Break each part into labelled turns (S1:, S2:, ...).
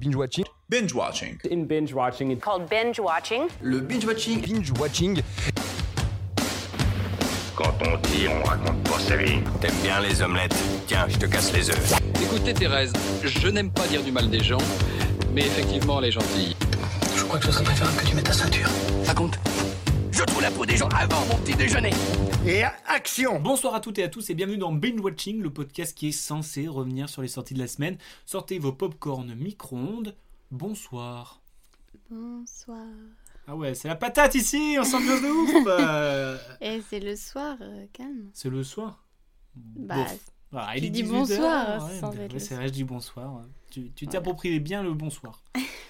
S1: Binge watching.
S2: Binge watching.
S3: In binge watching, it's
S4: called binge watching.
S2: Le binge watching.
S1: Binge watching.
S5: Quand on dit, on raconte pas sa vie. T'aimes bien les omelettes Tiens, je te casse les œufs.
S6: Écoutez Thérèse, je n'aime pas dire du mal des gens, mais effectivement elle est gentille.
S7: Je crois que ce serait préférable que tu mettes ta ceinture.
S8: Raconte. Je trouve la peau des gens avant mon petit déjeuner.
S9: Et action
S10: Bonsoir à toutes et à tous et bienvenue dans Binge Watching, le podcast qui est censé revenir sur les sorties de la semaine. Sortez vos popcorn micro-ondes. Bonsoir.
S11: Bonsoir.
S10: Ah ouais, c'est la patate ici, on sent bien de ouf euh...
S11: Et Eh, c'est le soir, euh, calme.
S10: C'est le soir
S11: Bah, ah, il dit bonsoir.
S10: Ouais, bah, ouais, c'est vrai, je dis bonsoir. Tu t'appropries tu voilà. bien le bonsoir.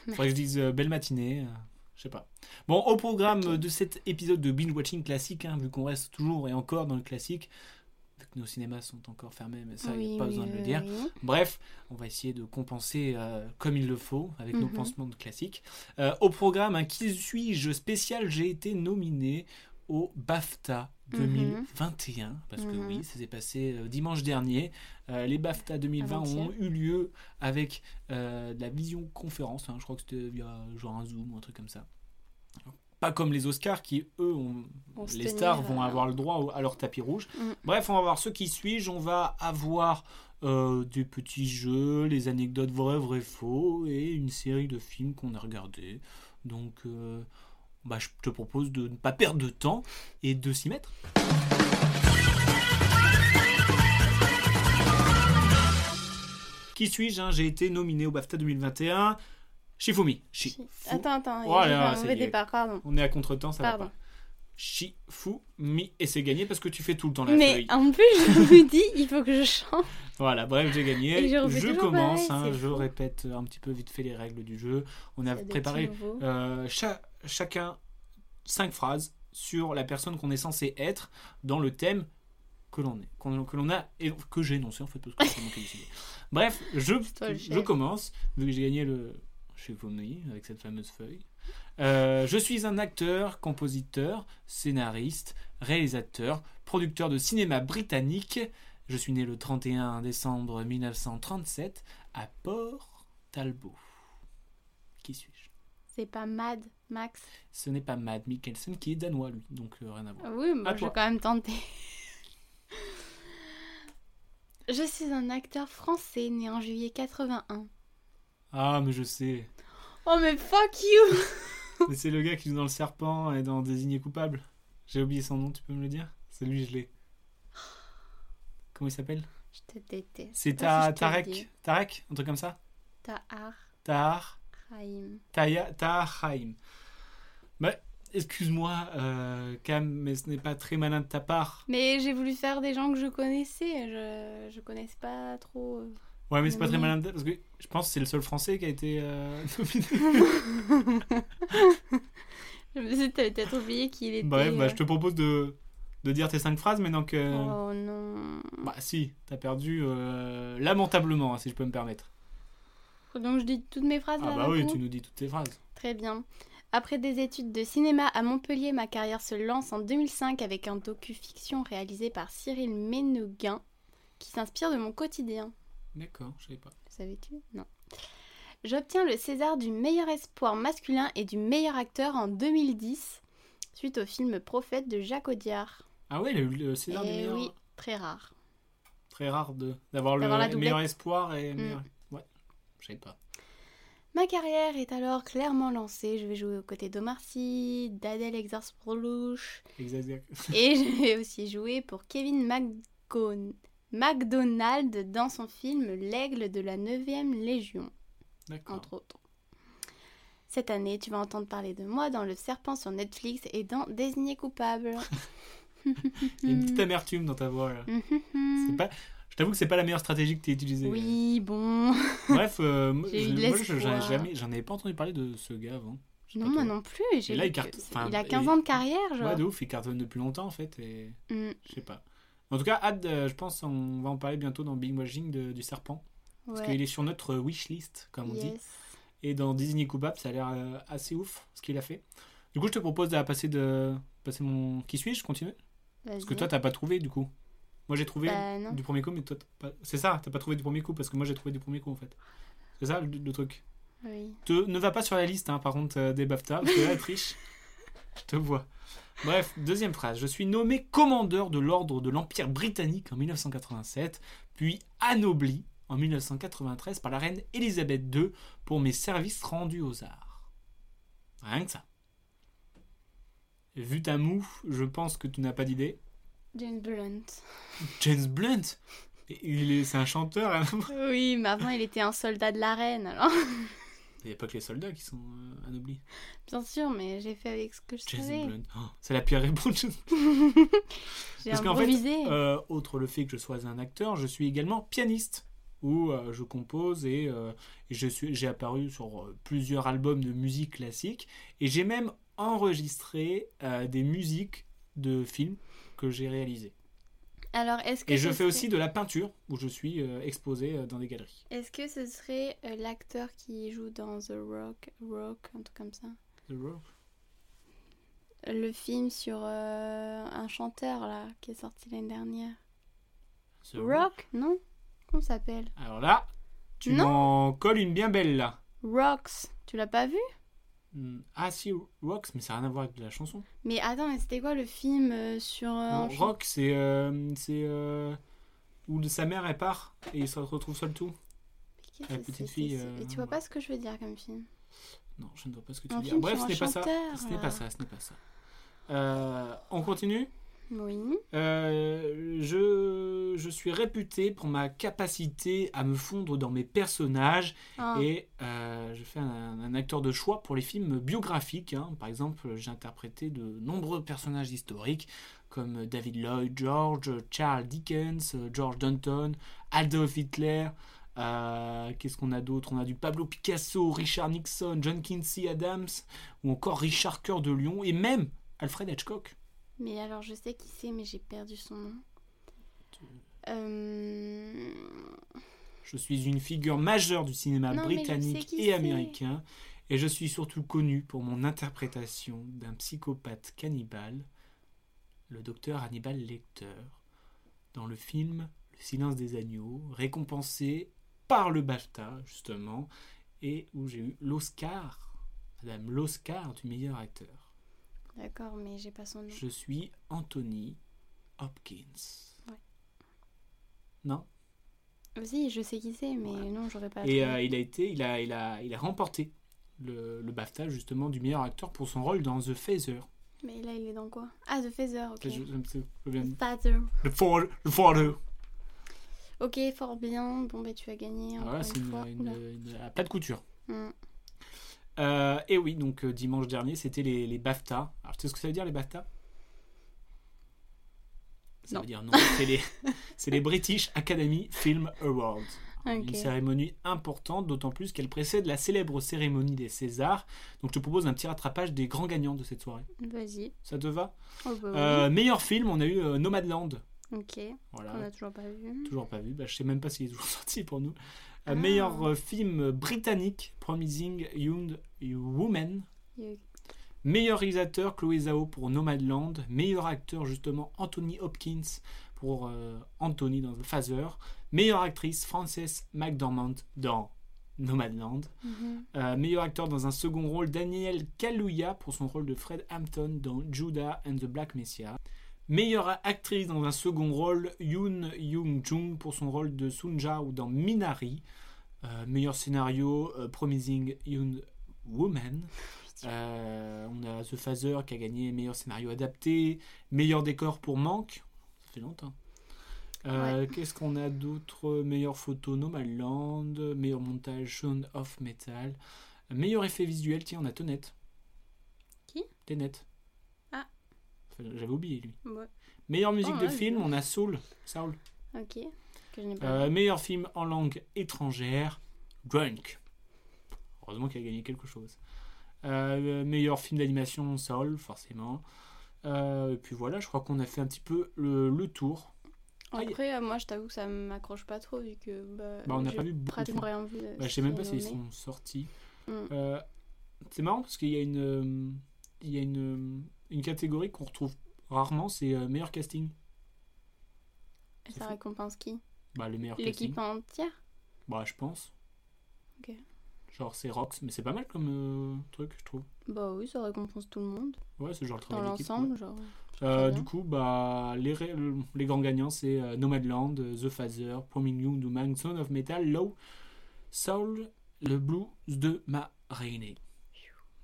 S10: Faudrait que je dise euh, belle matinée, je sais pas. Bon, au programme de cet épisode de Binge Watching classique, hein, vu qu'on reste toujours et encore dans le classique, vu que nos cinémas sont encore fermés, mais ça, il oui, n'y a pas besoin de le dire. Oui. Bref, on va essayer de compenser euh, comme il le faut avec mm -hmm. nos pansements de classique. Euh, au programme, hein, qui suis-je spécial J'ai été nominé au BAFTA 2021, mm -hmm. parce que mm -hmm. oui, ça s'est passé euh, dimanche dernier. Euh, les BAFTA 2020 ont eu lieu avec euh, de la visioconférence, hein, je crois que c'était via genre un Zoom ou un truc comme ça. Pas comme les Oscars qui, eux, ont, on les stars tenir,
S11: euh,
S10: vont avoir le droit à leur tapis rouge. Mm. Bref, on va voir ceux qui suivent, on va avoir euh, des petits jeux, les anecdotes vraies, vraies, faux, et une série de films qu'on a regardés. Donc... Bah, je te propose de ne pas perdre de temps et de s'y mettre. Qui suis-je hein J'ai été nominé au BAFTA 2021. Shifumi. Shifumi.
S11: Attends, attends. Oh là, un mauvais départ, pardon.
S10: On est à contre-temps, ça pardon. va pas. Shifumi. Et c'est gagné parce que tu fais tout le temps la
S11: Mais
S10: feuille.
S11: en plus, je me dis, il faut que je chante.
S10: Voilà, bref, j'ai gagné. je, je commence, pareil, hein, je fou. répète un petit peu vite fait les règles du jeu. On a préparé euh, cha chacun cinq phrases sur la personne qu'on est censé être dans le thème que l'on est, que l'on a et que j'ai énoncé en fait parce que c'est moi qui ai décidé. Bref, je, toi, je commence vu que j'ai gagné le chez Fournier avec cette fameuse feuille. Euh, je suis un acteur, compositeur, scénariste, réalisateur, producteur de cinéma britannique. Je suis né le 31 décembre 1937 à Port Talbot. Qui suis-je
S11: C'est pas Mad Max.
S10: Ce n'est pas Mad Mikkelsen qui est danois, lui, donc euh, rien à voir.
S11: Oui, moi je vais quand même tenter. je suis un acteur français né en juillet 81.
S10: Ah, mais je sais.
S11: Oh, mais fuck you
S10: Mais c'est le gars qui joue dans Le Serpent et dans Désigné coupable. J'ai oublié son nom, tu peux me le dire C'est lui, je l'ai. Comment il s'appelle
S11: Je te déteste.
S10: C'est ta, si Tarek Tarek Un truc comme ça
S11: Tahar.
S10: Tahar.
S11: Haïm.
S10: Tahar Haïm. Bah, excuse-moi, euh, Cam, mais ce n'est pas très malin de ta part.
S11: Mais j'ai voulu faire des gens que je connaissais. Je, je connaissais pas trop. Euh,
S10: ouais, mais c'est pas très malin de ta parce que je pense que c'est le seul français qui a été euh, nominé.
S11: je me suis dit, peut-être oublié qu'il était.
S10: Bref, bah, je te propose de de dire tes cinq phrases, mais donc. Euh...
S11: Oh non.
S10: Bah si, t'as perdu euh, lamentablement, si je peux me permettre.
S11: Donc je dis toutes mes phrases.
S10: Ah
S11: là,
S10: bah oui, tu nous dis toutes tes phrases.
S11: Très bien. Après des études de cinéma à Montpellier, ma carrière se lance en 2005 avec un docu-fiction réalisé par Cyril Méneguin qui s'inspire de mon quotidien.
S10: D'accord, je savais pas.
S11: Le savais-tu Non. J'obtiens le César du meilleur espoir masculin et du meilleur acteur en 2010 suite au film Prophète de Jacques Audiard.
S10: Ah ouais, le, le César
S11: et Eh Oui, très rare.
S10: Très rare de d'avoir le meilleur espoir et meilleur... Mm. ouais, je sais pas.
S11: Ma carrière est alors clairement lancée. Je vais jouer aux côtés d'Omar Sy, d'Adèle Exarchopoulos. Et je vais aussi jouer pour Kevin McGon... McDonald dans son film L'Aigle de la 9e Légion.
S10: Ah.
S11: Entre autres. Cette année, tu vas entendre parler de moi dans Le Serpent sur Netflix et dans Désigné coupable.
S10: Il y a
S11: Mm.
S10: une petite amertume dans ta voix là.
S11: Hum,
S10: pas... Je t'avoue que c'est pas la meilleure stratégie que tu as utilisée.
S11: Oui, bon.
S10: Bref, euh, je, moi, j'en avais pas entendu parler de ce gars avant.
S11: Non, moi non plus. Et là, il, carte... enfin, il, a 15 et... ans de carrière. Genre. Hum,
S10: Ouais, de ouf, il cartonne depuis longtemps en fait. Et... Mm. Je sais pas. En tout cas, hâte, euh, je pense on va en parler bientôt dans Big Washing de, du serpent. Ouais. Parce qu'il est sur notre wishlist, comme on yes. dit. Et dans Disney Coupable, ça a l'air euh, assez ouf ce qu'il a fait. Du coup, je te propose de passer de passer mon qui suis-je, continue. Parce que toi, t'as pas trouvé du coup.
S11: Bah,
S10: Moi, j'ai trouvé bah, du premier coup, mais toi, pas... c'est ça, t'as pas trouvé du premier coup parce que moi, j'ai trouvé du premier coup en fait. C'est ça le, le truc.
S11: Oui.
S10: Te- ne va pas sur la liste, hein, par contre, euh, des BAFTA, parce que là, elle triche. Je te vois. Bref, deuxième phrase. Je suis nommé commandeur de l'ordre de l'Empire britannique en 1987, puis anobli en 1993 par la reine Elisabeth II pour mes services rendus aux arts. Rien que ça. Vu ta moue, je pense que tu n'as pas d'idée.
S11: James Blunt.
S10: James Blunt il est, c'est un chanteur. hein.
S11: Oui, mais avant, il était un soldat de la reine, alors.
S10: Il n'y a pas que les soldats qui sont euh, anoblis.
S11: Bien sûr, mais j'ai fait avec ce que je
S10: James
S11: savais.
S10: Blunt. Oh, c'est la pire réponse.
S11: J'ai
S10: Parce qu'en fait,
S11: improvisé.
S10: Euh, outre le fait que je sois un acteur, je suis également pianiste, où euh, je compose et, euh, et je suis- j'ai apparu sur euh, plusieurs albums de musique classique, et j'ai même enregistré euh, des musiques de films que j'ai réalisées.
S11: Alors, est-ce que
S10: Et je
S11: ce
S10: fais aussi
S11: serait-
S10: de la peinture, où je suis euh, exposé euh, dans des galeries.
S11: Est-ce que ce serait euh, l'acteur qui joue dans The Rock, Rock, un truc comme ça Le film sur euh, un chanteur là qui est sorti l'année dernière.
S10: The
S11: Rock, non Comment ça s'appelle
S10: Alors là, tu
S11: Non.
S10: m'en colles une bien belle là.
S11: Rocks. Tu l'as pas vu
S10: Hmm, Ah si, Rocks, mais ça n'a rien à voir avec la chanson.
S11: Mais attends, mais c'était quoi le film euh, sur euh, un
S10: Non,
S11: chan-
S10: Rock, c'est euh, c'est, euh, où de sa mère elle part et il se retrouve seul tout.
S11: Qu'est-ce
S10: la
S11: que
S10: petite
S11: c'est-
S10: fille,
S11: c'est-
S10: euh,
S11: Et tu vois pas ce que je veux dire comme film
S10: Non, je ne vois pas ce que tu
S11: Un
S10: dis.
S11: film
S10: Bref,
S11: sur
S10: ce
S11: un
S10: n'est pas ça.
S11: chanteur,
S10: Ce n'est
S11: là.
S10: pas ça. Ce n'est pas ça. Euh, on continue.
S11: Oui.
S10: Euh, je, je suis réputé pour ma capacité à me fondre dans mes personnages
S11: Ah,
S10: et euh, je fais un, un acteur de choix pour les films biographiques. hein. Par exemple, j'ai interprété de nombreux personnages historiques comme David Lloyd George, Charles Dickens, euh, George Danton, Adolf Hitler. euh, Qu'est-ce qu'on a d'autre On a du Pablo Picasso, Richard Nixon, John Quincy Adams ou encore Richard Coeur de Lyon et même Alfred Hitchcock.
S11: Mais alors je sais qui c'est, mais j'ai perdu son nom. Euh,
S10: Je suis une figure majeure du cinéma
S11: Non, mais je sais
S10: britannique
S11: qui
S10: et
S11: c'est.
S10: américain, et je suis surtout connu pour mon interprétation d'un psychopathe cannibale, le docteur Hannibal Lecter, dans le film Le silence des agneaux, récompensé par le BAFTA, justement, et où j'ai eu l'Oscar, Madame l'Oscar du meilleur acteur.
S11: D'accord, mais j'ai pas son nom.
S10: Je suis Anthony Hopkins.
S11: Ouais.
S10: Non
S11: Si, je sais qui c'est, mais
S10: Voilà.
S11: non, j'aurais pas.
S10: Et
S11: trouvé.
S10: euh, il a été, il a, il a, il a remporté le, le BAFTA justement du meilleur acteur pour son rôle dans The Phaser.
S11: Mais là, il est dans quoi Ah, The Phaser, ok.
S10: Ça, je- ça me- ça me vient de-
S11: Phaser.
S10: Le Phaser. Le Phaser.
S11: Ok, fort bien. Bon, bah, tu as gagné. Encore
S10: Voilà, Ah, c'est
S11: une
S10: une,
S11: fois.
S10: une,
S11: Oula.
S10: une- à plat de couture.
S11: Mm.
S10: Euh, et oui, donc euh, dimanche dernier, c'était les, les BAFTA. Alors, tu sais ce que ça veut dire les BAFTA Ça
S11: Non.
S10: veut dire non. C'est les, c'est les British Academy Film Awards. Alors,
S11: Ok.
S10: Une cérémonie importante, d'autant plus qu'elle précède la célèbre cérémonie des Césars. Donc, je te propose un petit rattrapage des grands gagnants de cette soirée.
S11: mm, Vas-y.
S10: Ça te va
S11: Oh, bah, oui.
S10: Euh, Meilleur film, on a eu euh, Nomadland.
S11: Ok,
S10: Voilà,
S11: on n'a toujours pas vu.
S10: toujours pas vu. Bah, je sais même pas s'il est toujours sorti pour nous. Euh,
S11: Ah.
S10: Meilleur euh, film britannique, Promising Young Woman.
S11: Il y a eu-
S10: Meilleur réalisateur, Chloé Zhao pour Nomadland. Meilleur acteur, justement, Anthony Hopkins pour euh, Anthony dans The Phaser. Meilleure actrice, Frances McDormand dans Nomadland.
S11: Mhm.
S10: Euh, meilleur acteur dans un second rôle, Daniel Kaluuya pour son rôle de Fred Hampton dans Judah and the Black Messiah. Meilleure actrice dans un second rôle, Yoon Young-jung pour son rôle de Sunja ou dans Minari. Euh, meilleur scénario, euh, Promising Young Woman. Euh, on a The Phaser qui a gagné meilleur scénario adapté, meilleur décor pour Manque. Ça fait longtemps. Euh, Qu'est-ce qu'on a d'autre Meilleure photo Nomadland, meilleur montage Shaun of Metal, meilleur effet visuel, tiens, on a Tenet.
S11: Qui
S10: Tenet.
S11: Ah.
S10: Enfin, J'avais oublié lui.
S11: Ouais.
S10: Meilleure musique
S11: Oh,
S10: de
S11: ouais,
S10: film,
S11: je-
S10: on a Soul. Soul.
S11: Ok, que je n'ai pas
S10: Euh, meilleur film en langue étrangère, Drunk. Heureusement qu'il a gagné quelque chose. Euh, meilleur film d'animation, Soul, forcément. Euh, et puis voilà, je crois qu'on a fait un petit peu le, le tour.
S11: vu.
S10: aïe.
S11: Après, euh, moi, je t'avoue que ça m'accroche pas trop vu que. Bah,
S10: ah, Bah, on n'a
S11: j'ai
S10: pas vu beaucoup de
S11: pratiquement
S10: films.
S11: rien vu. euh, de
S10: Bah, je
S11: ce
S10: sais même
S11: qui
S10: pas
S11: est
S10: s'ils
S11: nommé.
S10: sont sortis.
S11: Mm.
S10: Euh, c'est marrant parce qu'il y a une, euh, il y a une, euh, une catégorie qu'on retrouve rarement, c'est euh, meilleur casting.
S11: Et
S10: c'est
S11: ça
S10: fou.
S11: récompense qui
S10: Bah, le meilleur casting.
S11: L'équipe entière
S10: Bah, je pense.
S11: hein. Ok.
S10: Genre, c'est Rox, mais c'est pas mal comme euh, truc, je trouve.
S11: Bah oui, ça récompense tout le monde.
S10: Ouais, c'est genre le
S11: Dans
S10: travail d'équipe,
S11: l'ensemble, genre.
S10: ouais. Euh,
S11: très bien.
S10: du coup, bah, les, ré- les grands gagnants, c'est euh, Nomadland, euh, The Phaser, Promising Young, Man, Son of Metal, Low, Soul, le blues de ma Rainey.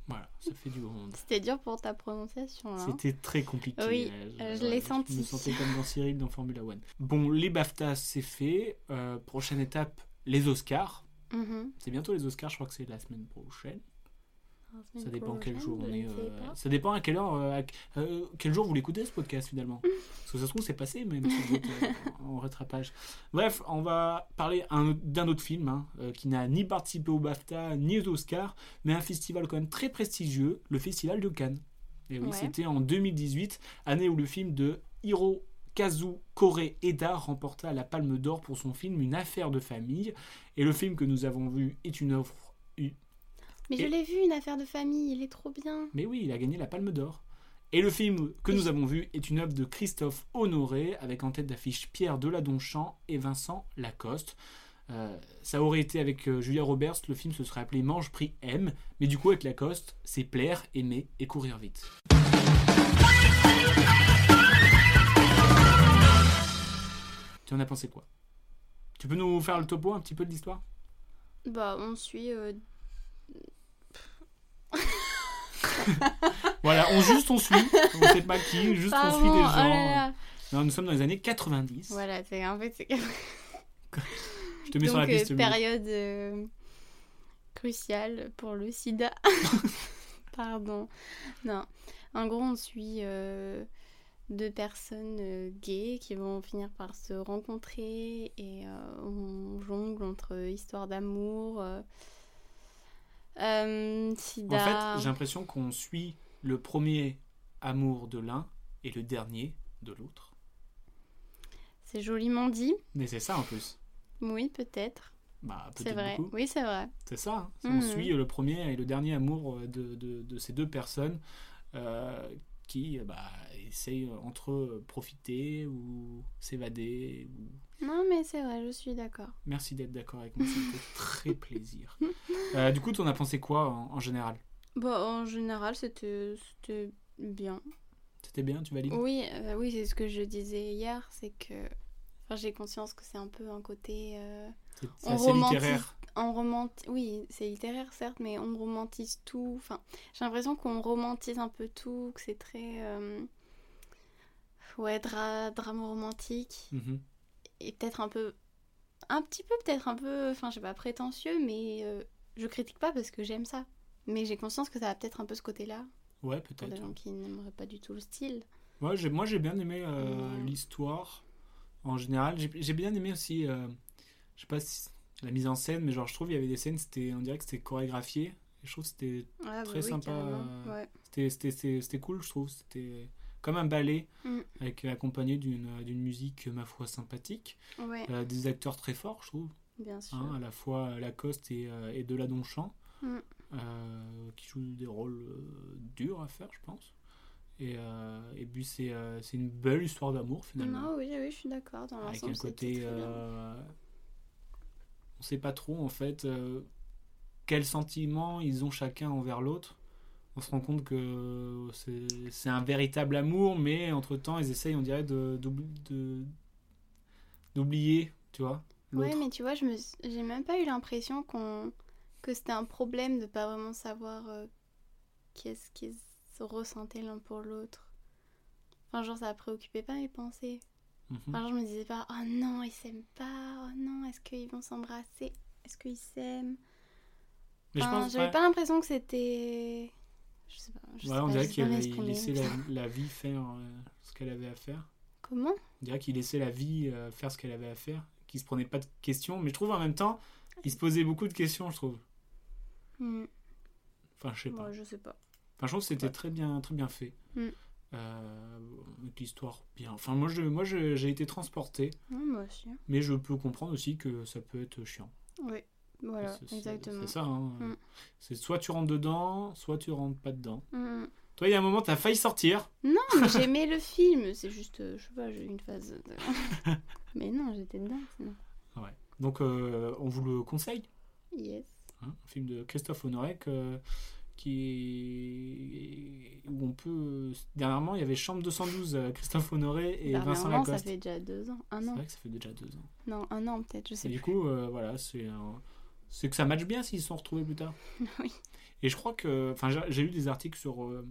S10: Voilà, ça fait du monde.
S11: C'était dur pour ta prononciation, là. hein.
S10: C'était très compliqué.
S11: Oui,
S10: Euh,
S11: euh, je l'ai
S10: Je me
S11: senti.
S10: sentais comme dans Cyril dans Formula One. Bon, les BAFTA, c'est fait. Euh, prochaine étape, les Oscars.
S11: Mhm.
S10: C'est bientôt les Oscars, je crois que c'est la semaine prochaine.
S11: La semaine
S10: ça dépend quel
S11: prochaine,
S10: jour
S11: je
S10: on est.
S11: ne sais
S10: euh,
S11: pas.
S10: ça dépend à quelle heure, euh, à qu- euh, quel jour vous l'écoutez ce podcast finalement. Parce que ça se trouve c'est passé même si vous êtes, euh, en rattrapage. Bref, on va parler un- d'un autre film hein, euh, qui n'a ni participé au BAFTA ni aux Oscars, mais un festival quand même très prestigieux, le Festival de Cannes. Et oui,
S11: Ouais.
S10: c'était en 2018, année où le film de Hiro Kazu Kore Eda remporta la Palme d'Or pour son film Une affaire de famille. Et le film que nous avons vu est une offre
S11: Mais je
S10: Et-
S11: l'ai vu, une affaire de famille, il est trop bien.
S10: mais oui, il a gagné la Palme d'Or. Et le film que nous avons vu est une œuvre de Christophe Honoré, avec en tête d'affiche Pierre Deladonchamp et Vincent Lacoste. Euh, ça aurait été avec euh, Julia Roberts, le film se serait appelé Mange, Prix, M, mais du coup avec Lacoste, c'est plaire, aimer et courir vite. Tu en as pensé quoi Tu peux nous faire le topo un petit peu de l'histoire
S11: Bah, on suit. euh,
S10: Voilà, on juste on suit, on sait pas qui, juste on suit
S11: Pardon,
S10: des
S11: oh
S10: gens. hein.
S11: là là.
S10: Non, nous sommes dans les années 90.
S11: Voilà, c'est en fait, c'est
S10: Je te mets sur la
S11: Donc, euh,
S10: piste. Mimi.
S11: période euh, cruciale pour le sida. Pardon. Non. En gros, on suit euh, deux personnes euh, gays qui vont finir par se rencontrer et euh, on jongle entre histoire d'amour, euh, euh,
S10: En
S11: sida.
S10: fait, j'ai l'impression qu'on suit le premier amour de l'un et le dernier de l'autre.
S11: C'est joliment dit.
S10: Mais c'est ça en plus.
S11: Oui, peut-être.
S10: Bah,
S11: C'est
S10: peut-être
S11: vrai.
S10: beaucoup.
S11: Oui, c'est vrai.
S10: C'est ça. hein. C'est- On
S11: Mhm.
S10: suit le premier et le dernier amour euh, de, de- de ces deux personnes euh, qui bah, essayent entre eux euh, profiter ou s'évader. Ou...
S11: Non, mais c'est vrai, je suis d'accord.
S10: Merci d'être d'accord avec moi. Ça me fait très plaisir. Euh, du coup, tu en as pensé quoi en, en général
S11: Bon, en général, c'était c'était bien.
S10: C'était bien, tu valides
S11: Oui, euh, oui, c'est ce que je disais hier, c'est que enfin, j'ai conscience que c'est un peu un côté euh,
S10: C'est c'est
S11: On
S10: assez
S11: romantise.
S10: littéraire.
S11: on romantise oui, c'est littéraire certes, mais on romantise tout. Enfin, j'ai l'impression qu'on romantise un peu tout, que c'est très euh, ouais, dra- drame romantique
S10: Mhm.
S11: et peut-être un peu un petit peu peut-être un peu enfin, je sais pas prétentieux, mais euh, je critique pas parce que j'aime ça. Mais j'ai conscience que ça a peut-être un peu ce côté-là
S10: Ouais,
S11: pour des
S10: peut-être.
S11: gens qui n'aimeraient pas du tout le style.
S10: Ouais, j'ai- moi, j'ai bien aimé euh,
S11: Mm.
S10: l'histoire en général. J'ai j'ai bien aimé aussi, euh, je sais pas si la mise en scène, mais genre, je trouve il y avait des scènes, c'était- on dirait que c'était chorégraphié. Et je trouve que c'était-
S11: Ah, bah
S10: Très
S11: oui,
S10: sympa,
S11: carrément,
S10: euh,
S11: ouais.
S10: c'était- c'était c'était- c'était cool, je trouve. C'était comme un ballet,
S11: Mm.
S10: avec, accompagné d'une d'une musique, ma foi, sympathique.
S11: Ouais,
S10: Euh, des acteurs très forts, je trouve,
S11: bien sûr.
S10: hein, à la fois euh, Lacoste et, euh, et Deladonchamp,
S11: Mm.
S10: euh, qui jouent des rôles euh, durs à faire, je pense. Et, euh, et puis, c'est euh, c'est une belle histoire d'amour, finalement.
S11: Non, Ah oui, oui, je suis d'accord. Dans
S10: Avec
S11: l'ensemble,
S10: un
S11: c'était
S10: côté.
S11: très bien.
S10: euh, on sait pas trop en fait euh, quels sentiments ils ont chacun envers l'autre. On se rend compte que c'est c'est un véritable amour, mais entre temps ils essayent, on dirait, de- d'oubli- de- d'oublier, tu vois, l'autre.
S11: Ouais, mais tu vois, je me, suis- j'ai même pas eu l'impression qu'on, que c'était un problème de pas vraiment savoir euh, qu'est-ce qu'ils ressentaient l'un pour l'autre. Enfin, genre, ça préoccupait pas mes pensées.
S10: Mhm.
S11: Enfin, genre, je me disais pas, oh non, ils s'aiment pas, oh non, est-ce qu'ils vont s'embrasser, est-ce qu'ils s'aiment.
S10: Mais je
S11: Enfin,
S10: pense-
S11: j'avais
S10: ouais.
S11: pas l'impression que c'était. Je sais pas. Je
S10: Ouais,
S11: sais
S10: on
S11: pas, je
S10: dirait
S11: sais pas
S10: qu'il
S11: m'exprimer.
S10: laissait la, la vie faire euh, ce qu'elle avait à faire.
S11: Comment
S10: On dirait qu'il laissait la vie euh, faire ce qu'elle avait à faire, qu'il se prenait pas de questions. Mais je trouve en même temps, il se posait beaucoup de questions, je trouve.
S11: Hmm,
S10: Enfin, je sais pas.
S11: moi, je sais pas.
S10: Enfin, je trouve que c'était très bien, très bien fait.
S11: Mm.
S10: Euh, L'histoire bien. Enfin, moi, je, moi, je- j'ai été transporté,
S11: Non, moi aussi. hein.
S10: mais je peux comprendre aussi que ça peut être chiant.
S11: Oui, voilà,
S10: C'est- c'est-
S11: exactement.
S10: C'est ça. hein.
S11: Mm.
S10: C'est soit tu rentres dedans, soit tu rentres pas dedans.
S11: Mm.
S10: Toi, il y a un moment, t'as failli sortir.
S11: Non, mais j'aimais le film, c'est juste, euh, je sais pas, j'ai eu une phase. de- mais non, j'étais dedans sinon.
S10: Donc, euh, on vous le conseille.
S11: Yes.
S10: hein, un film de Christophe Honoré que- qui est- où on peut dernièrement il y avait Chambre 212 euh, Christophe Honoré et
S11: Bah, mais
S10: Vincent
S11: un an, ça
S10: Lacoste.
S11: fait déjà deux ans. Un
S10: C'est
S11: an.
S10: vrai que ça fait déjà deux ans.
S11: Non, un an peut-être, je sais
S10: Et du
S11: plus.
S10: coup, euh, voilà, c'est un- c'est que ça matche bien s'ils se sont retrouvés plus tard.
S11: Oui.
S10: Et je crois que. Enfin, j'ai- j'ai lu des articles sur, euh,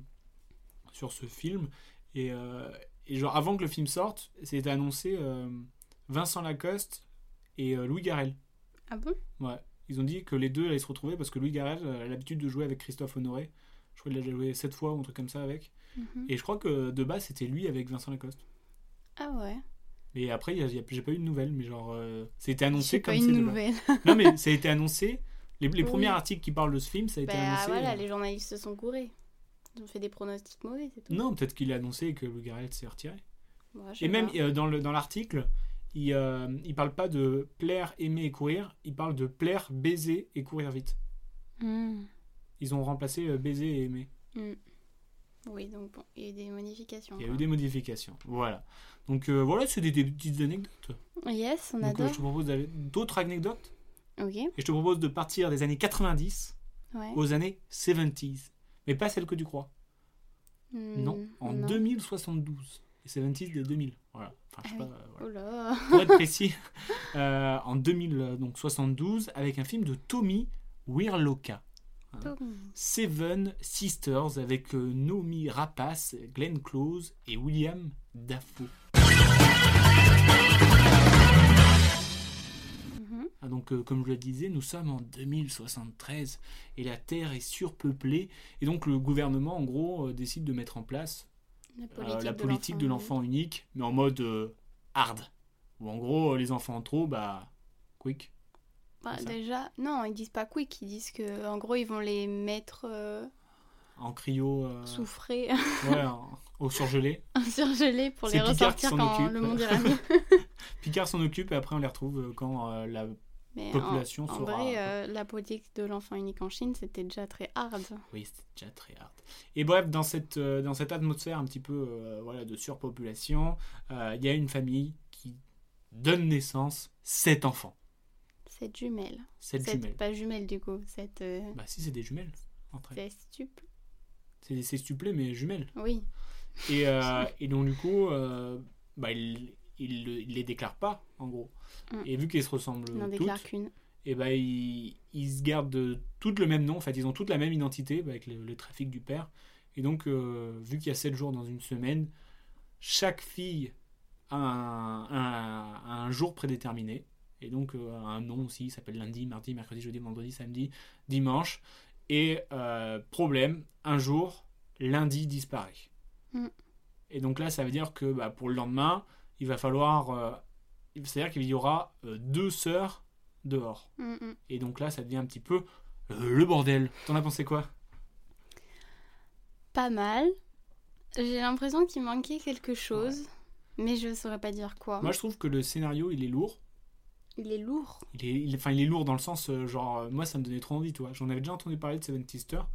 S10: sur ce film. Et, euh, et genre, avant que le film sorte, c'était annoncé euh, Vincent Lacoste et euh, Louis Garrel.
S11: Ah bon
S10: Ouais. Ils ont dit que les deux allaient se retrouver parce que Louis Garrel euh, a l'habitude de jouer avec Christophe Honoré. Je crois qu'il a déjà joué sept fois ou un truc comme ça avec.
S11: Mhm.
S10: Et je crois que de base, c'était lui avec Vincent Lacoste.
S11: Ah ouais.
S10: Et après, il y a- il y a- j'ai pas eu de nouvelles, mais genre, euh, c'était annoncé
S11: C'est
S10: comme
S11: pas
S10: ces
S11: une
S10: deux-là.
S11: nouvelle.
S10: Non, mais ça a été annoncé. Les, les
S11: Oui.
S10: premiers articles qui parlent de ce film, ça a été
S11: Bah
S10: annoncé. euh.
S11: voilà, les journalistes se sont gourés. Ils ont fait des pronostics mauvais, c'est tout.
S10: Non, peut-être qu'il a annoncé que Lou Garrett s'est retiré.
S11: Moi, je sais
S10: Et même
S11: pas.
S10: euh, dans le dans l'article, il, euh, il parle pas de plaire, aimer et courir. Il parle de plaire, baiser et courir vite.
S11: Hmm.
S10: Ils ont remplacé euh, baiser et aimer.
S11: Oui, donc bon, il y a eu des modifications.
S10: Il y a eu des modifications. Voilà. Donc euh, voilà, c'est des, des petites anecdotes.
S11: quoi. Yes, on
S10: Donc euh,
S11: adore.
S10: je te propose d'aller- d'autres anecdotes.
S11: Ok,
S10: Et je te propose de partir des années 90
S11: ouais.
S10: aux années 70s. Mais pas celles que tu crois.
S11: Hmm,
S10: Non, en 2072. Et 70 de 2000. Voilà. Enfin, je sais
S11: Ah
S10: pas,
S11: oui.
S10: euh, voilà.
S11: Oh là
S10: Pour être précis, euh, en 2072, avec un film de Tommy Wirloka.
S11: Tom.
S10: Seven Sisters avec euh, Naomi Rapace, Glenn Close et William Dafoe.
S11: Mhm.
S10: Ah, donc, euh, comme je le disais, nous sommes en 2073 et la Terre est surpeuplée. Et donc, le gouvernement, en gros, euh, décide de mettre en place
S11: La
S10: Euh,
S11: politique,
S10: la politique de l'enfant unique, mais en mode euh, hard. Ou en gros, euh, les enfants en trop, bah, quick.
S11: Bah,
S10: c'est ça.
S11: déjà, non, ils disent pas quick, ils disent que en gros ils vont les mettre euh,
S10: En cryo, euh,
S11: sous frais,
S10: ouais, en- au surgelé.
S11: surgelés pour
S10: C'est
S11: les
S10: Picard qui
S11: ressortir
S10: s'en
S11: quand
S10: occupe.
S11: le monde ira mieux.
S10: Picard s'en occupe et après on les retrouve euh, quand euh, la.
S11: Mais
S10: Population
S11: en, en
S10: sera-
S11: vrai, euh, la politique de l'enfant unique en Chine c'était déjà très hard.
S10: Oui, c'était déjà très hard. Et bref, dans cette, euh, dans cette atmosphère un petit peu euh, voilà, de surpopulation, euh, il y a une famille qui donne naissance sept enfants.
S11: Cette jumelle,
S10: Sept
S11: cette
S10: jumelles.
S11: pas jumelle du coup, cette euh,
S10: Bah, si, c'est des jumelles. en fait.
S11: cette stuple.
S10: C'est des sextuplés, mais jumelles.
S11: Oui,
S10: Et, euh, et donc, du coup, euh, bah, il, il, le- il les déclare pas, en gros.
S11: Mm.
S10: Et vu qu'ils se ressemblent
S11: n'en déclare
S10: toutes,
S11: qu'une.
S10: et bah, ils, ils se gardent euh, toutes le même nom. En fait, ils ont toutes la même identité bah, avec le, le trafic du père. Et donc, euh, vu qu'il y a 7 jours dans une semaine, chaque fille a un, un- a un jour prédéterminé. Et donc, euh, a un nom aussi, il s'appelle lundi, mardi, mercredi, jeudi, vendredi, samedi, dimanche. Et euh, problème, un jour, lundi disparaît.
S11: Mm.
S10: Et donc là, ça veut dire que bah, pour le lendemain, il va falloir. euh, C'est-à-dire qu'il y aura euh, deux sœurs dehors.
S11: Mm, mm.
S10: Et donc là, ça devient un petit peu euh, le bordel. T'en as pensé quoi
S11: Pas mal. J'ai l'impression qu'il manquait quelque chose, mais je saurais pas dire quoi.
S10: Moi, je trouve que le scénario, il est lourd.
S11: Il est lourd.
S10: Il est, il- enfin, il est lourd dans le sens, euh, genre, euh, moi, ça me donnait trop envie, toi. J'en avais déjà entendu parler de Seven Sisters.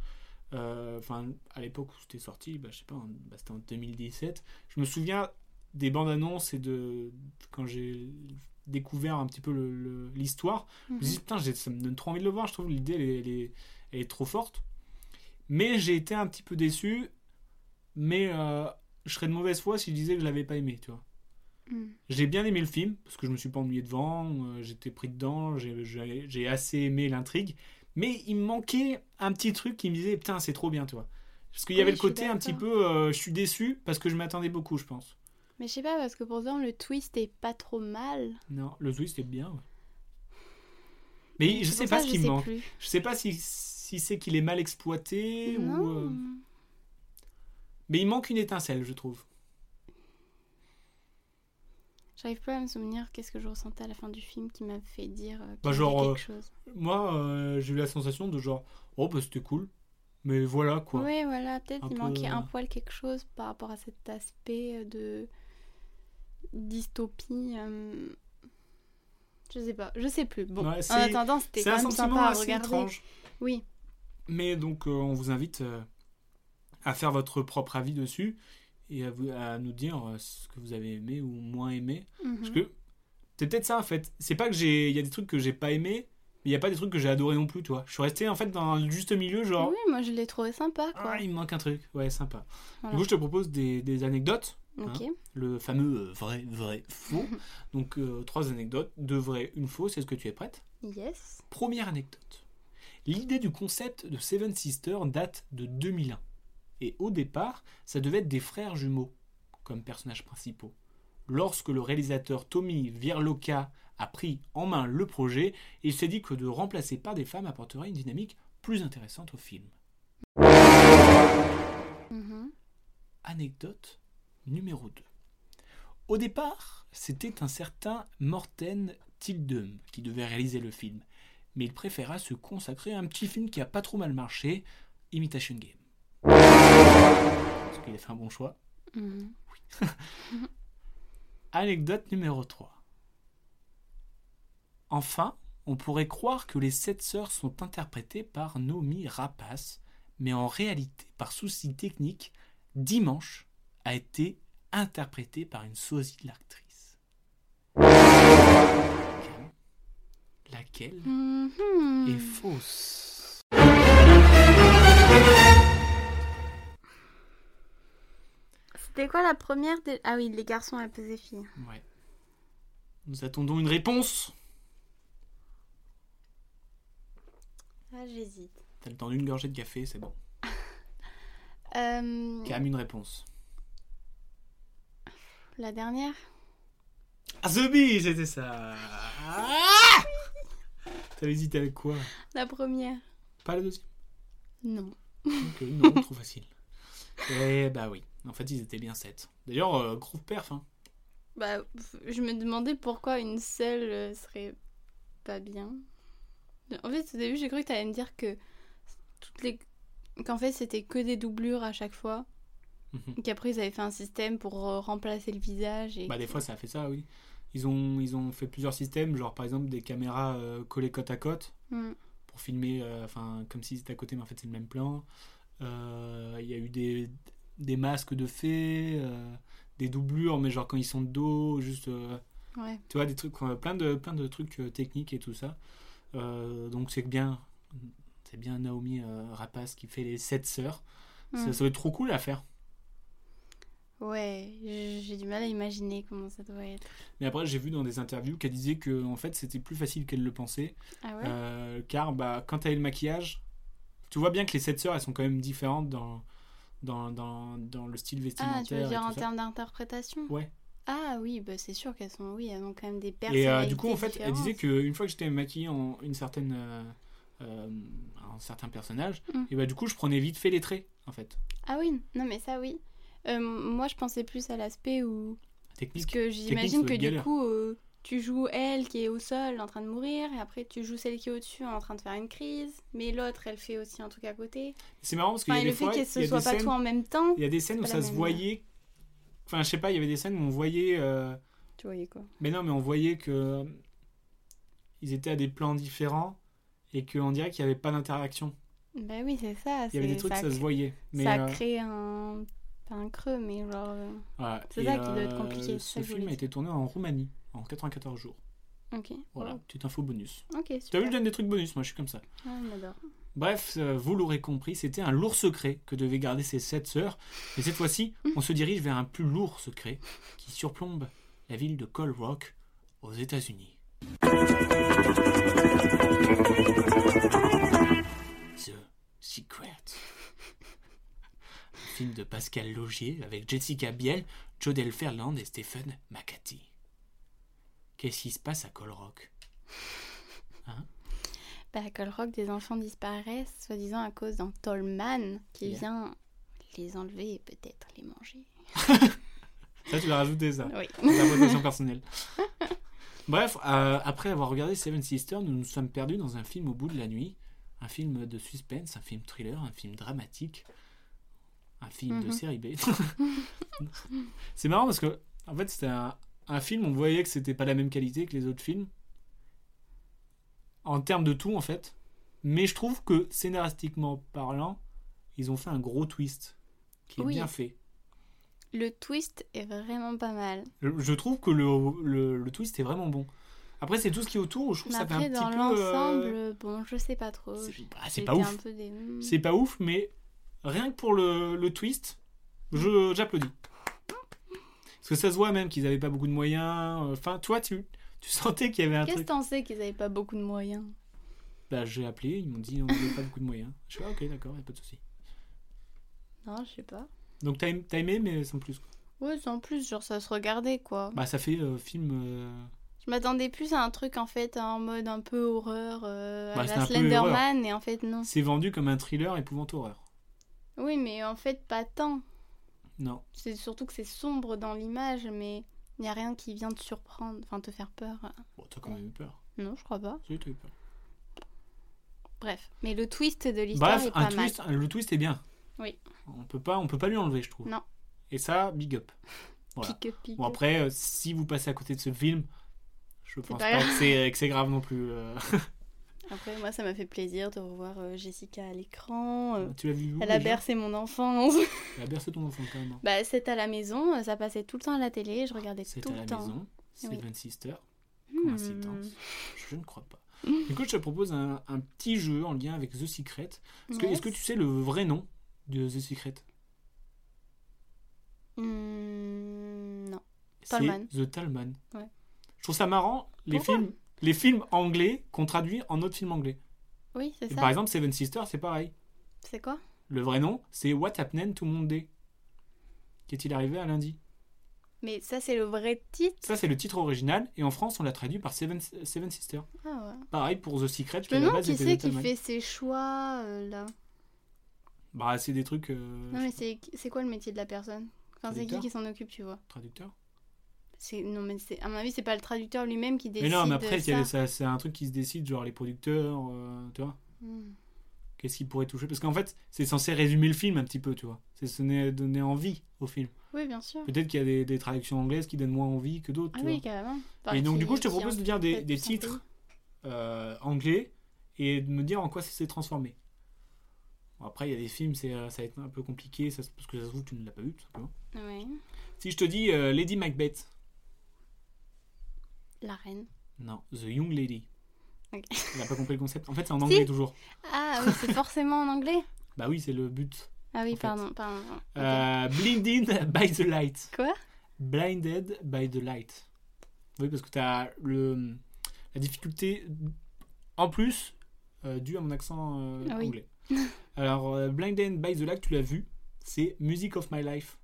S10: Euh, Enfin, à l'époque où c'était sorti, bah, je sais pas, en- bah, c'était en 2017. Je me souviens des bandes annonces et de quand j'ai découvert un petit peu le- le- l'histoire. Je
S11: Mhm.
S10: me suis dit, putain, j'ai- ça me donne trop envie de le voir. Je trouve l'idée, elle, est- elle est- elle est trop forte. Mais j'ai été un petit peu déçu. Mais euh, je serais de mauvaise foi si je disais que je l'avais pas aimé, tu vois.
S11: Mm.
S10: J'ai bien aimé le film, parce que je me suis pas ennuyé devant, euh, j'étais pris dedans, j'ai- j'ai j'ai assez aimé l'intrigue. Mais il me manquait un petit truc qui me disait, putain, c'est trop bien, tu vois. Parce qu'il y
S11: Oui,
S10: avait le
S11: je suis
S10: côté un petit
S11: d'accord.
S10: peu, euh, je suis déçu, parce que je m'attendais beaucoup, je pense.
S11: Mais je sais pas, parce que pourtant le twist est pas trop mal.
S10: Non, le twist c'était bien, ouais. Mais je
S11: C'est
S10: sais
S11: pour
S10: pas ce
S11: ça, je
S10: qui me
S11: sais
S10: manque.
S11: plus.
S10: Je sais pas si, si c'est qu'il est mal exploité
S11: Non.
S10: ou. euh, Mais il manque une étincelle, je trouve.
S11: J'arrive pas à me souvenir qu'est-ce que je ressentais à la fin du film qui m'a fait dire euh, qu'il
S10: Bah,
S11: y avait
S10: genre, euh,
S11: quelque chose.
S10: Moi, euh, j'ai eu la sensation de genre, oh bah c'était cool, mais voilà quoi.
S11: Ouais, voilà, peut-être
S10: Un
S11: il
S10: peu,
S11: manquait un
S10: euh,
S11: poil quelque chose par rapport à cet aspect euh, de dystopie. euh, Je sais pas, je sais plus. Bon,
S10: Ouais,
S11: en
S10: c'est-
S11: attendant, c'était
S10: C'est
S11: quand
S10: un
S11: même
S10: sentiment
S11: sympa à
S10: assez
S11: regarder.
S10: étrange.
S11: Oui.
S10: Mais donc, euh, on vous invite euh, à faire votre propre avis dessus et à, vous- à nous dire euh, ce que vous avez aimé ou moins aimé.
S11: Mhm.
S10: Parce que c'est peut-être ça en fait. C'est pas que j'ai, il y a des trucs que j'ai pas aimé, Mais il n'y a pas des trucs que j'ai adoré non plus, tu vois. Je suis resté en fait dans le juste milieu, genre.
S11: Oui, moi je l'ai trouvé sympa, quoi.
S10: Ah, il me manque un truc. Ouais, sympa.
S11: Voilà.
S10: Du coup, je te propose des, des anecdotes.
S11: Ok.
S10: Le fameux euh, vrai, vrai, faux. Donc, euh, trois anecdotes. Deux vraies, une fausse. Est-ce que tu es prête
S11: Yes.
S10: Première anecdote. L'idée du concept de Seven Sisters date de 2001. Et au départ, ça devait être des frères jumeaux comme personnages principaux. Lorsque le réalisateur Tommy Vierloca a pris en main le projet, il s'est dit que de remplacer par des femmes apporterait une dynamique plus intéressante au film.
S11: Mhm.
S10: Anecdote numéro 2. Au départ, c'était un certain Morten Tildum qui devait réaliser le film, mais il préféra se consacrer à un petit film qui a pas trop mal marché, Imitation Game. Parce qu'il a fait un bon choix.
S11: Mhm.
S10: Anecdote numéro 3. Enfin, on pourrait croire que les sept sœurs sont interprétées par Naomi Rapace, mais en réalité, par souci technique, Dimanche a été interprété par une sosie de l'actrice. Laquelle
S11: Hmm. Mhm.
S10: est fausse
S11: C'était quoi la première des- Ah oui, les garçons à peser filles.
S10: Ouais. Nous attendons une réponse
S11: Ah, j'hésite.
S10: T'as le temps d'une gorgée de café, c'est bon.
S11: Euh,
S10: Cam, une réponse.
S11: la dernière
S10: Ah, The Bee, c'était ça Ah T'avais hésité avec quoi
S11: La première
S10: Pas la deuxième
S11: Non.
S10: Ok, Non, trop facile. Eh bah oui, en fait ils étaient bien 7. D'ailleurs, euh, gros perf, hein.
S11: Bah, f- je me demandais pourquoi une seule euh, serait pas bien. En fait, au début, j'ai cru que t'allais me dire que toutes les qu'en fait, c'était que des doublures à chaque fois.
S10: Mhm.
S11: Et Qu'après, ils avaient fait un système pour euh, remplacer le visage. Et...
S10: Bah des fois ça a fait ça, oui. Ils ont, ils ont fait plusieurs systèmes, genre par exemple des caméras euh, collées côte à côte
S11: Mm.
S10: pour filmer, euh, enfin comme si c'était à côté, mais en fait c'est le même plan. Euh, Il y a eu des, des masques de fées, euh, des doublures, mais genre quand ils sont de dos, juste euh,
S11: Ouais.
S10: tu vois des trucs euh, plein de plein de trucs euh, techniques et tout ça Euh, donc c'est que bien c'est bien Naomi euh, Rapace qui fait les sept sœurs ça,
S11: Mm.
S10: ça doit être trop cool à faire
S11: Ouais, j- j'ai du mal à imaginer comment ça doit être.
S10: mais après j'ai vu dans des interviews qu'elle disait que en fait c'était plus facile qu'elle le pensait
S11: Ah ouais
S10: euh, car bah quand t'avais le maquillage tu vois bien que les sept sœurs elles sont quand même différentes dans dans, dans, dans le style vestimentaire
S11: Ah, tu veux
S10: et
S11: dire
S10: tout
S11: en
S10: ça.
S11: termes d'interprétation
S10: Ouais.
S11: Ah oui, bah c'est sûr qu'elles sont, oui, elles ont quand même des
S10: Et
S11: personnalités
S10: euh, du coup, en fait, elle disait
S11: différentes.
S10: qu'une fois que j'étais maquillée en une certaine, euh, euh, un certain personnage,
S11: Mm.
S10: et bah du coup, je prenais vite fait les traits, en fait.
S11: Ah oui, non mais ça oui. Euh, moi je pensais plus à l'aspect où... Parce
S10: Technique.
S11: que j'imagine
S10: ça doit
S11: que
S10: être
S11: du
S10: galère.
S11: coup euh, tu joues elle qui est au sol en train de mourir et après tu joues celle qui est au-dessus en train de faire une crise mais l'autre elle fait aussi un truc à côté.
S10: C'est marrant parce qu'il
S11: Enfin,
S10: y a
S11: et le
S10: des
S11: fait
S10: fois, il y
S11: qu'elle se
S10: a
S11: soit
S10: des
S11: pas tout
S10: scènes,
S11: en même temps.
S10: il y a des scènes où
S11: pas
S10: ça
S11: la
S10: se
S11: même- hein.
S10: voyait. Enfin, je sais pas, il y avait des scènes où on voyait. euh,
S11: Tu voyais quoi
S10: Mais non, mais on voyait que euh, ils étaient à des plans différents et qu'on dirait qu'il n'y avait pas d'interaction.
S11: Bah oui c'est ça.
S10: Il y avait
S11: c'est-
S10: des trucs,
S11: ça,
S10: ça se
S11: crée-
S10: voyait. Mais
S11: ça
S10: euh,
S11: crée un... Pas un creux mais genre... euh,
S10: voilà.
S11: c'est
S10: Et,
S11: ça qui doit être
S10: euh,
S11: compliqué, c'est ça
S10: Ce
S11: que je
S10: film
S11: voulais
S10: a été tourné en Roumanie en 94 jours.
S11: Ok.
S10: Voilà, petite info bonus.
S11: Wow. Ok
S10: T'as
S11: super.
S10: vu, je donne des trucs bonus, moi je suis comme ça.
S11: Ah, on adore.
S10: Bref, euh, vous l'aurez compris, c'était un lourd secret que devaient garder ces sept sœurs. Mais cette fois-ci, on se dirige vers un plus lourd secret qui surplombe la ville de Cold Rock aux États-Unis. The Secret. Un film de Pascal Logier avec Jessica Biel, Jodel Ferland et Stephen McCarthy. Qu'est-ce qui se passe à Cold Rock
S11: Bah, à Col Rock, des enfants disparaissent, soi-disant à cause d'un Tollman qui
S10: Yeah.
S11: vient les enlever et peut-être les manger.
S10: Ça, tu l'as rajouté, ça.
S11: Oui.
S10: Interprétation personnelle. Bref, euh, après avoir regardé Seven Sisters, nous nous sommes perdus dans un film au bout de la nuit. Un film de suspense, un film thriller, un film dramatique, un film de
S11: Mhm.
S10: série B. c'est marrant parce que, en fait, c'était un, un film, on voyait que c'était pas la même qualité que les autres films. En termes de tout, en fait. Mais je trouve que, scénaristiquement parlant, ils ont fait un gros twist qui est
S11: Oui.
S10: bien fait.
S11: Le twist est vraiment pas mal.
S10: Je je trouve que le, le, le twist est vraiment bon. Après, c'est tout ce qui est autour où je trouve
S11: Mais
S10: que ça fait un
S11: après, dans
S10: petit peu.
S11: l'ensemble,
S10: euh,
S11: bon, je sais pas trop.
S10: c'est- bah, c'est
S11: J'étais
S10: pas ouf.
S11: un peu des- hmm.
S10: C'est pas ouf, mais rien que pour le, le twist, je- j'applaudis. Parce que ça se voit même qu'ils avaient pas beaucoup de moyens. euh, Enfin, toi, tu, tu sentais qu'il y avait un
S11: Qu'est-ce
S10: truc.
S11: que t'en sais qu'ils avaient pas beaucoup de moyens
S10: Bah, j'ai appelé, ils m'ont dit on n'avait pas beaucoup de moyens. Je suis ah, ok, d'accord, y a pas de souci.
S11: Non, je sais pas.
S10: Donc, t'as aimé, t'as aimé, mais sans plus. quoi.
S11: Ouais, c'est en plus, genre, ça se regardait, quoi.
S10: Bah, ça fait euh, film. euh,
S11: Je m'attendais plus à un truc, en fait, en mode un peu horreur, euh,
S10: Bah,
S11: à
S10: c'était
S11: la
S10: un peu
S11: Slenderman, et en fait, non.
S10: C'est vendu comme un thriller épouvante horreur.
S11: Oui, mais en fait, pas tant.
S10: Non.
S11: C'est surtout que c'est sombre dans l'image, mais il n'y a rien qui vient te surprendre, enfin, te faire peur.
S10: Bon, t'as quand même eu peur.
S11: Non, je crois pas.
S10: Si, t'as eu peur.
S11: Bref. Mais le twist de l'histoire
S10: Bref,
S11: est
S10: un
S11: pas mal.
S10: twist, un- le twist est bien.
S11: Oui.
S10: On peut pas, on peut pas lui enlever, je trouve.
S11: Non.
S10: Et ça, big up. Voilà.
S11: Pique, pique.
S10: Bon après, euh, si vous passez à côté de ce film, je pense pas,
S11: pas grave.
S10: que c'est que c'est grave non plus. euh.
S11: Après, moi, ça m'a fait plaisir de revoir euh, Jessica à l'écran. euh,
S10: tu l'as vu où,
S11: Elle a
S10: Mmh, déjà
S11: bercé mon enfance.
S10: Elle a bercé ton enfant quand même. hein.
S11: bah, c'est à la maison, euh, ça passait tout le temps à la télé, je regardais
S10: C'est
S11: tout
S10: à
S11: le
S10: la
S11: temps.
S10: maison. C'est
S11: Oui.
S10: 26 heures.
S11: Hmm.
S10: Coïncidence. Je ne crois pas. Du coup, je te propose un, un petit jeu en lien avec The Secret. Est-ce que,
S11: Yes.
S10: est-ce que tu sais le vrai nom de The Secret
S11: Hmm, Non.
S10: C'est
S11: Talman.
S10: The Talman.
S11: Ouais.
S10: Je trouve ça marrant, les
S11: Pourquoi
S10: films, les films anglais qu'on traduit en autres films anglais.
S11: Oui, c'est
S10: Et
S11: ça.
S10: par exemple, Seven Sisters, c'est pareil.
S11: C'est quoi
S10: Le vrai nom, c'est What Happened to Monday. Qu'est-il arrivé à lundi
S11: Mais ça, c'est le vrai titre.
S10: Ça, c'est le titre original, et en France, on l'a traduit par Seven, Seven Sisters.
S11: Ah ouais.
S10: Pareil pour The Secret,
S11: Je
S10: qui à
S11: me
S10: la base
S11: demande qui
S10: était
S11: c'est
S10: The
S11: qui
S10: Talman.
S11: fait ses choix euh, là.
S10: Bah, c'est des trucs. euh,
S11: Non, mais c'est c'est quoi le métier de la personne Enfin, c'est qui
S10: Traducteur
S11: qui s'en occupe, tu vois
S10: Traducteur
S11: C'est- Non, mais c'est à mon avis, c'est pas le traducteur lui-même qui décide.
S10: Mais non, mais après, il y a- ça-
S11: ça.
S10: c'est un truc qui se décide, genre les producteurs, euh, tu vois
S11: Hmm.
S10: Qu'est-ce qu'ils pourraient toucher Parce qu'en fait, c'est censé résumer le film un petit peu, tu vois. C'est se donner, donner envie au film.
S11: Oui, bien sûr.
S10: Peut-être qu'il y a des, des traductions anglaises qui donnent moins envie que d'autres.
S11: Ah
S10: tu
S11: oui,
S10: vois.
S11: carrément.
S10: et donc, du
S11: Qui-
S10: coup, je te
S11: qui
S10: propose
S11: en-
S10: de dire des,
S11: peut-être
S10: des
S11: plus un
S10: titres euh, anglais et de me dire en quoi ça s'est transformé. Bon, après, il y a des films, c'est, euh, ça va être un peu compliqué ça se- parce que ça se trouve, tu ne l'as pas vu tout simplement.
S11: pays. Ouais.
S10: Si je te dis euh, Lady Macbeth,
S11: La reine.
S10: non, The Young Lady.
S11: Ok.
S10: Tu n'as pas compris le concept. En fait, c'est en anglais toujours.
S11: Ah oui, c'est forcément en anglais
S10: Bah oui, c'est le but.
S11: Ah
S10: En
S11: oui,
S10: fait.
S11: pardon, pardon. pardon. Ok.
S10: Euh, Blinded by the Light.
S11: Quoi
S10: Blinded by the Light. Oui, parce que tu as le, la difficulté en plus euh, due à mon accent euh,
S11: Ah oui.
S10: anglais. Alors, euh, Blinded by the Light, tu l'as vu, c'est Music of My Life.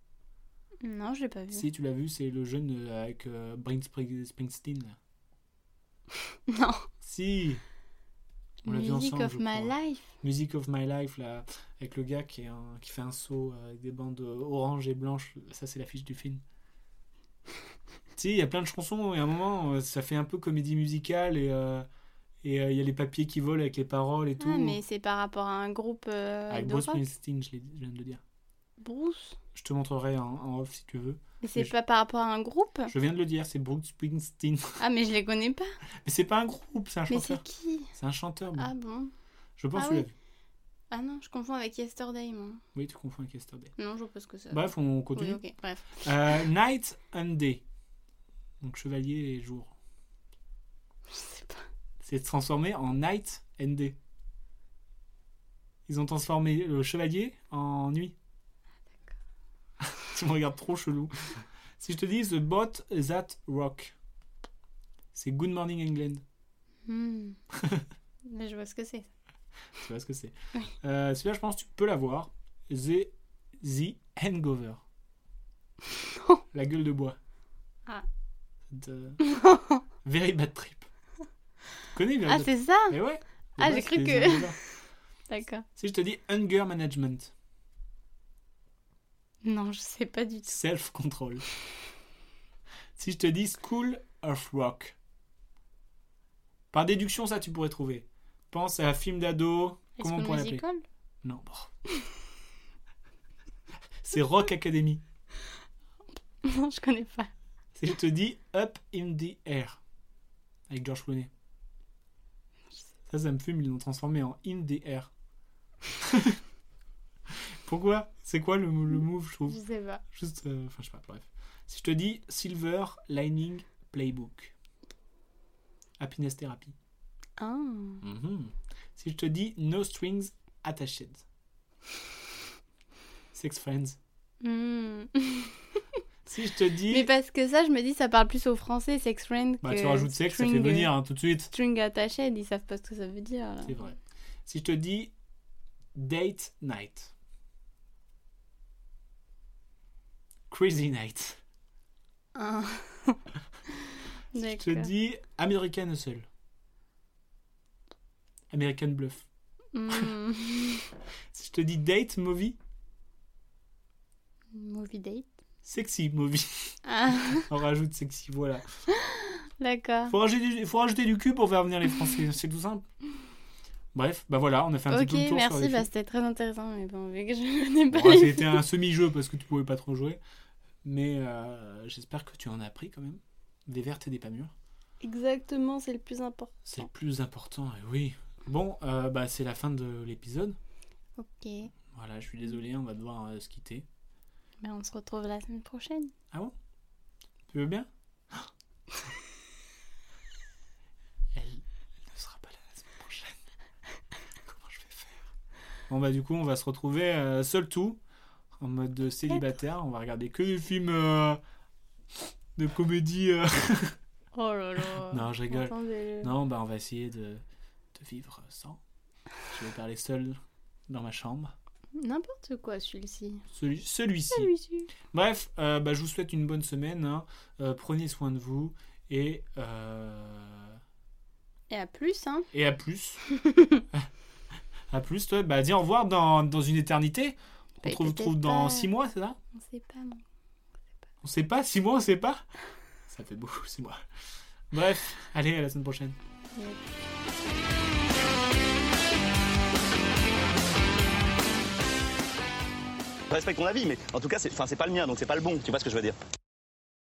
S11: Non, je l'ai pas vu.
S10: Si tu l'as vu, c'est le jeune euh, avec euh, Brin Spring- Springsteen. là.
S11: Non.
S10: Si On l'a vu
S11: Music
S10: ensemble,
S11: of
S10: je
S11: my
S10: crois.
S11: life.
S10: Music of My Life, là, avec le gars qui, est un- qui fait un saut euh, avec des bandes euh, orange et blanches. Ça, c'est l'affiche du film. si, il y a plein de chansons, et à un moment, euh, ça fait un peu comédie musicale, et euh, et, euh, il y a les papiers qui volent avec les paroles et tout.
S11: Ah, mais c'est par rapport à un groupe euh,
S10: avec
S11: de
S10: Bruce
S11: rock.
S10: Springsteen, je, l'ai- je viens de le dire.
S11: Bruce.
S10: Je te montrerai en, en off si tu veux.
S11: Mais c'est
S10: je-
S11: pas par rapport à un groupe
S10: Je viens de le dire, c'est Bruce Springsteen.
S11: Ah, mais je les connais pas.
S10: mais c'est pas un groupe, c'est un
S11: Mais
S10: chanteur.
S11: c'est qui
S10: C'est un chanteur, bon.
S11: Ah bon
S10: je pense que
S11: ah
S10: tu l'as
S11: oui.
S10: vu.
S11: Ah non, je confonds avec Yesterday, moi.
S10: Oui, tu confonds avec Yesterday.
S11: Non, je vois pas ce que ça.
S10: Bref, on
S11: Euh, oui,
S10: continue.
S11: ok, bref.
S10: Euh, night and Day. Donc chevalier et jour.
S11: Je sais pas.
S10: C'est transformé en Night and Day. Ils ont transformé le chevalier en nuit. tu me regardes trop chelou. Si je te dis The Boat That Rock, c'est Good Morning England.
S11: Hmm. Mais je vois ce que c'est.
S10: Tu vois ce que c'est.
S11: Oui.
S10: Euh, Celui-là, je pense que tu peux l'avoir. The, the Hangover. La gueule de bois.
S11: Ah.
S10: De- Very Bad Trip. Tu connais Very
S11: Ah,
S10: Bad
S11: c'est ça
S10: Trip Eh ouais.
S11: Ah,
S10: De
S11: j'ai
S10: base,
S11: cru
S10: c'est
S11: que-
S10: les hangovers.
S11: D'accord.
S10: Si je te dis Hunger Management,
S11: Non, je sais pas du tout.
S10: Self-Control. si je te dis School of Rock. Par déduction, ça, tu pourrais trouver. Pense à un film d'ado.
S11: Est-ce
S10: Comment on
S11: qu'on
S10: pourrait l'appeler
S11: musical
S10: Non, bon. C'est Rock Academy.
S11: Non, je connais pas.
S10: Si je te dis Up in the Air, avec George Clooney. Ça, ça me fume, ils l'ont transformé en In the Air. Pourquoi C'est quoi le, le move, je trouve
S11: Je sais pas.
S10: Juste, euh, enfin, je sais pas, bref. Si je te dis Silver Lining Playbook, Happiness Therapy.
S11: Ah.
S10: Mhm. Si je te dis No Strings Attached. Sex Friends.
S11: Hmm.
S10: Si je te dis.
S11: Mais parce que ça, je me dis, ça parle plus au français, sex friend.
S10: Bah,
S11: que
S10: tu rajoutes sexe, ça fait
S11: string, euh,
S10: venir hein, tout de suite.
S11: String attaché, ils savent pas ce que ça veut dire. là.
S10: C'est vrai. Si je te dis Date Night. Crazy Night.
S11: Ah.
S10: Si je
S11: D'accord.
S10: te dis American Hustle. American Bluff.
S11: Hmm.
S10: Si je te dis Date Movie.
S11: Movie date.
S10: Sexy Movie.
S11: Ah,
S10: On rajoute sexy, voilà.
S11: d'accord.
S10: Faut rajouter, du- faut rajouter du cul pour faire venir les Français, c'est tout simple. Bref, bah voilà, on a fait un
S11: Ok,
S10: petit peu le tour sur
S11: merci,
S10: les
S11: bah,
S10: films.
S11: c'était très intéressant, mais bon, vu que je connais pas
S10: Bon,
S11: les
S10: C'était un semi-jeu parce que tu pouvais pas trop jouer. Mais euh, j'espère que tu en as appris quand même. Des vertes et des pas mûres.
S11: Exactement, c'est le plus important.
S10: C'est le plus important, et oui. Bon, euh, bah c'est la fin de l'épisode.
S11: Ok,
S10: Voilà, je suis désolé, on va devoir euh, se quitter.
S11: ben, on se retrouve la semaine prochaine.
S10: Tu veux bien Elle ne sera pas là la semaine prochaine. Comment je vais faire Bon bah du coup on va se retrouver euh, seul tout, en mode de célibataire. On va regarder que des films euh, de comédie. euh.
S11: Oh là là.
S10: Non, je rigole.
S11: Entendez-le.
S10: Non bah Euh, on va essayer de, de vivre sans. Je vais parler seul dans ma chambre.
S11: N'importe quoi, celui-ci.
S10: Celui- Celui-ci.
S11: Celui-ci.
S10: Bref, euh, bah, je vous souhaite une bonne semaine. hein. Euh, prenez soin de vous et... euh,
S11: Et à plus, hein.
S10: Et à plus. à plus, toi. Bah, dis au revoir dans, dans une éternité. On
S11: Peut-
S10: se retrouve
S11: Bah, peut-être
S10: dans
S11: pas.
S10: 6 mois, c'est ça
S11: On sait pas, mon
S10: On sait pas, 6 mois, on sait pas. Ça fait beaucoup, 6 mois. Bref, allez, à la semaine prochaine.
S11: Ouais.
S1: Je respecte ton avis, mais en tout cas, c'est enfin, c'est pas le mien, donc c'est pas le bon. Tu vois ce que je veux dire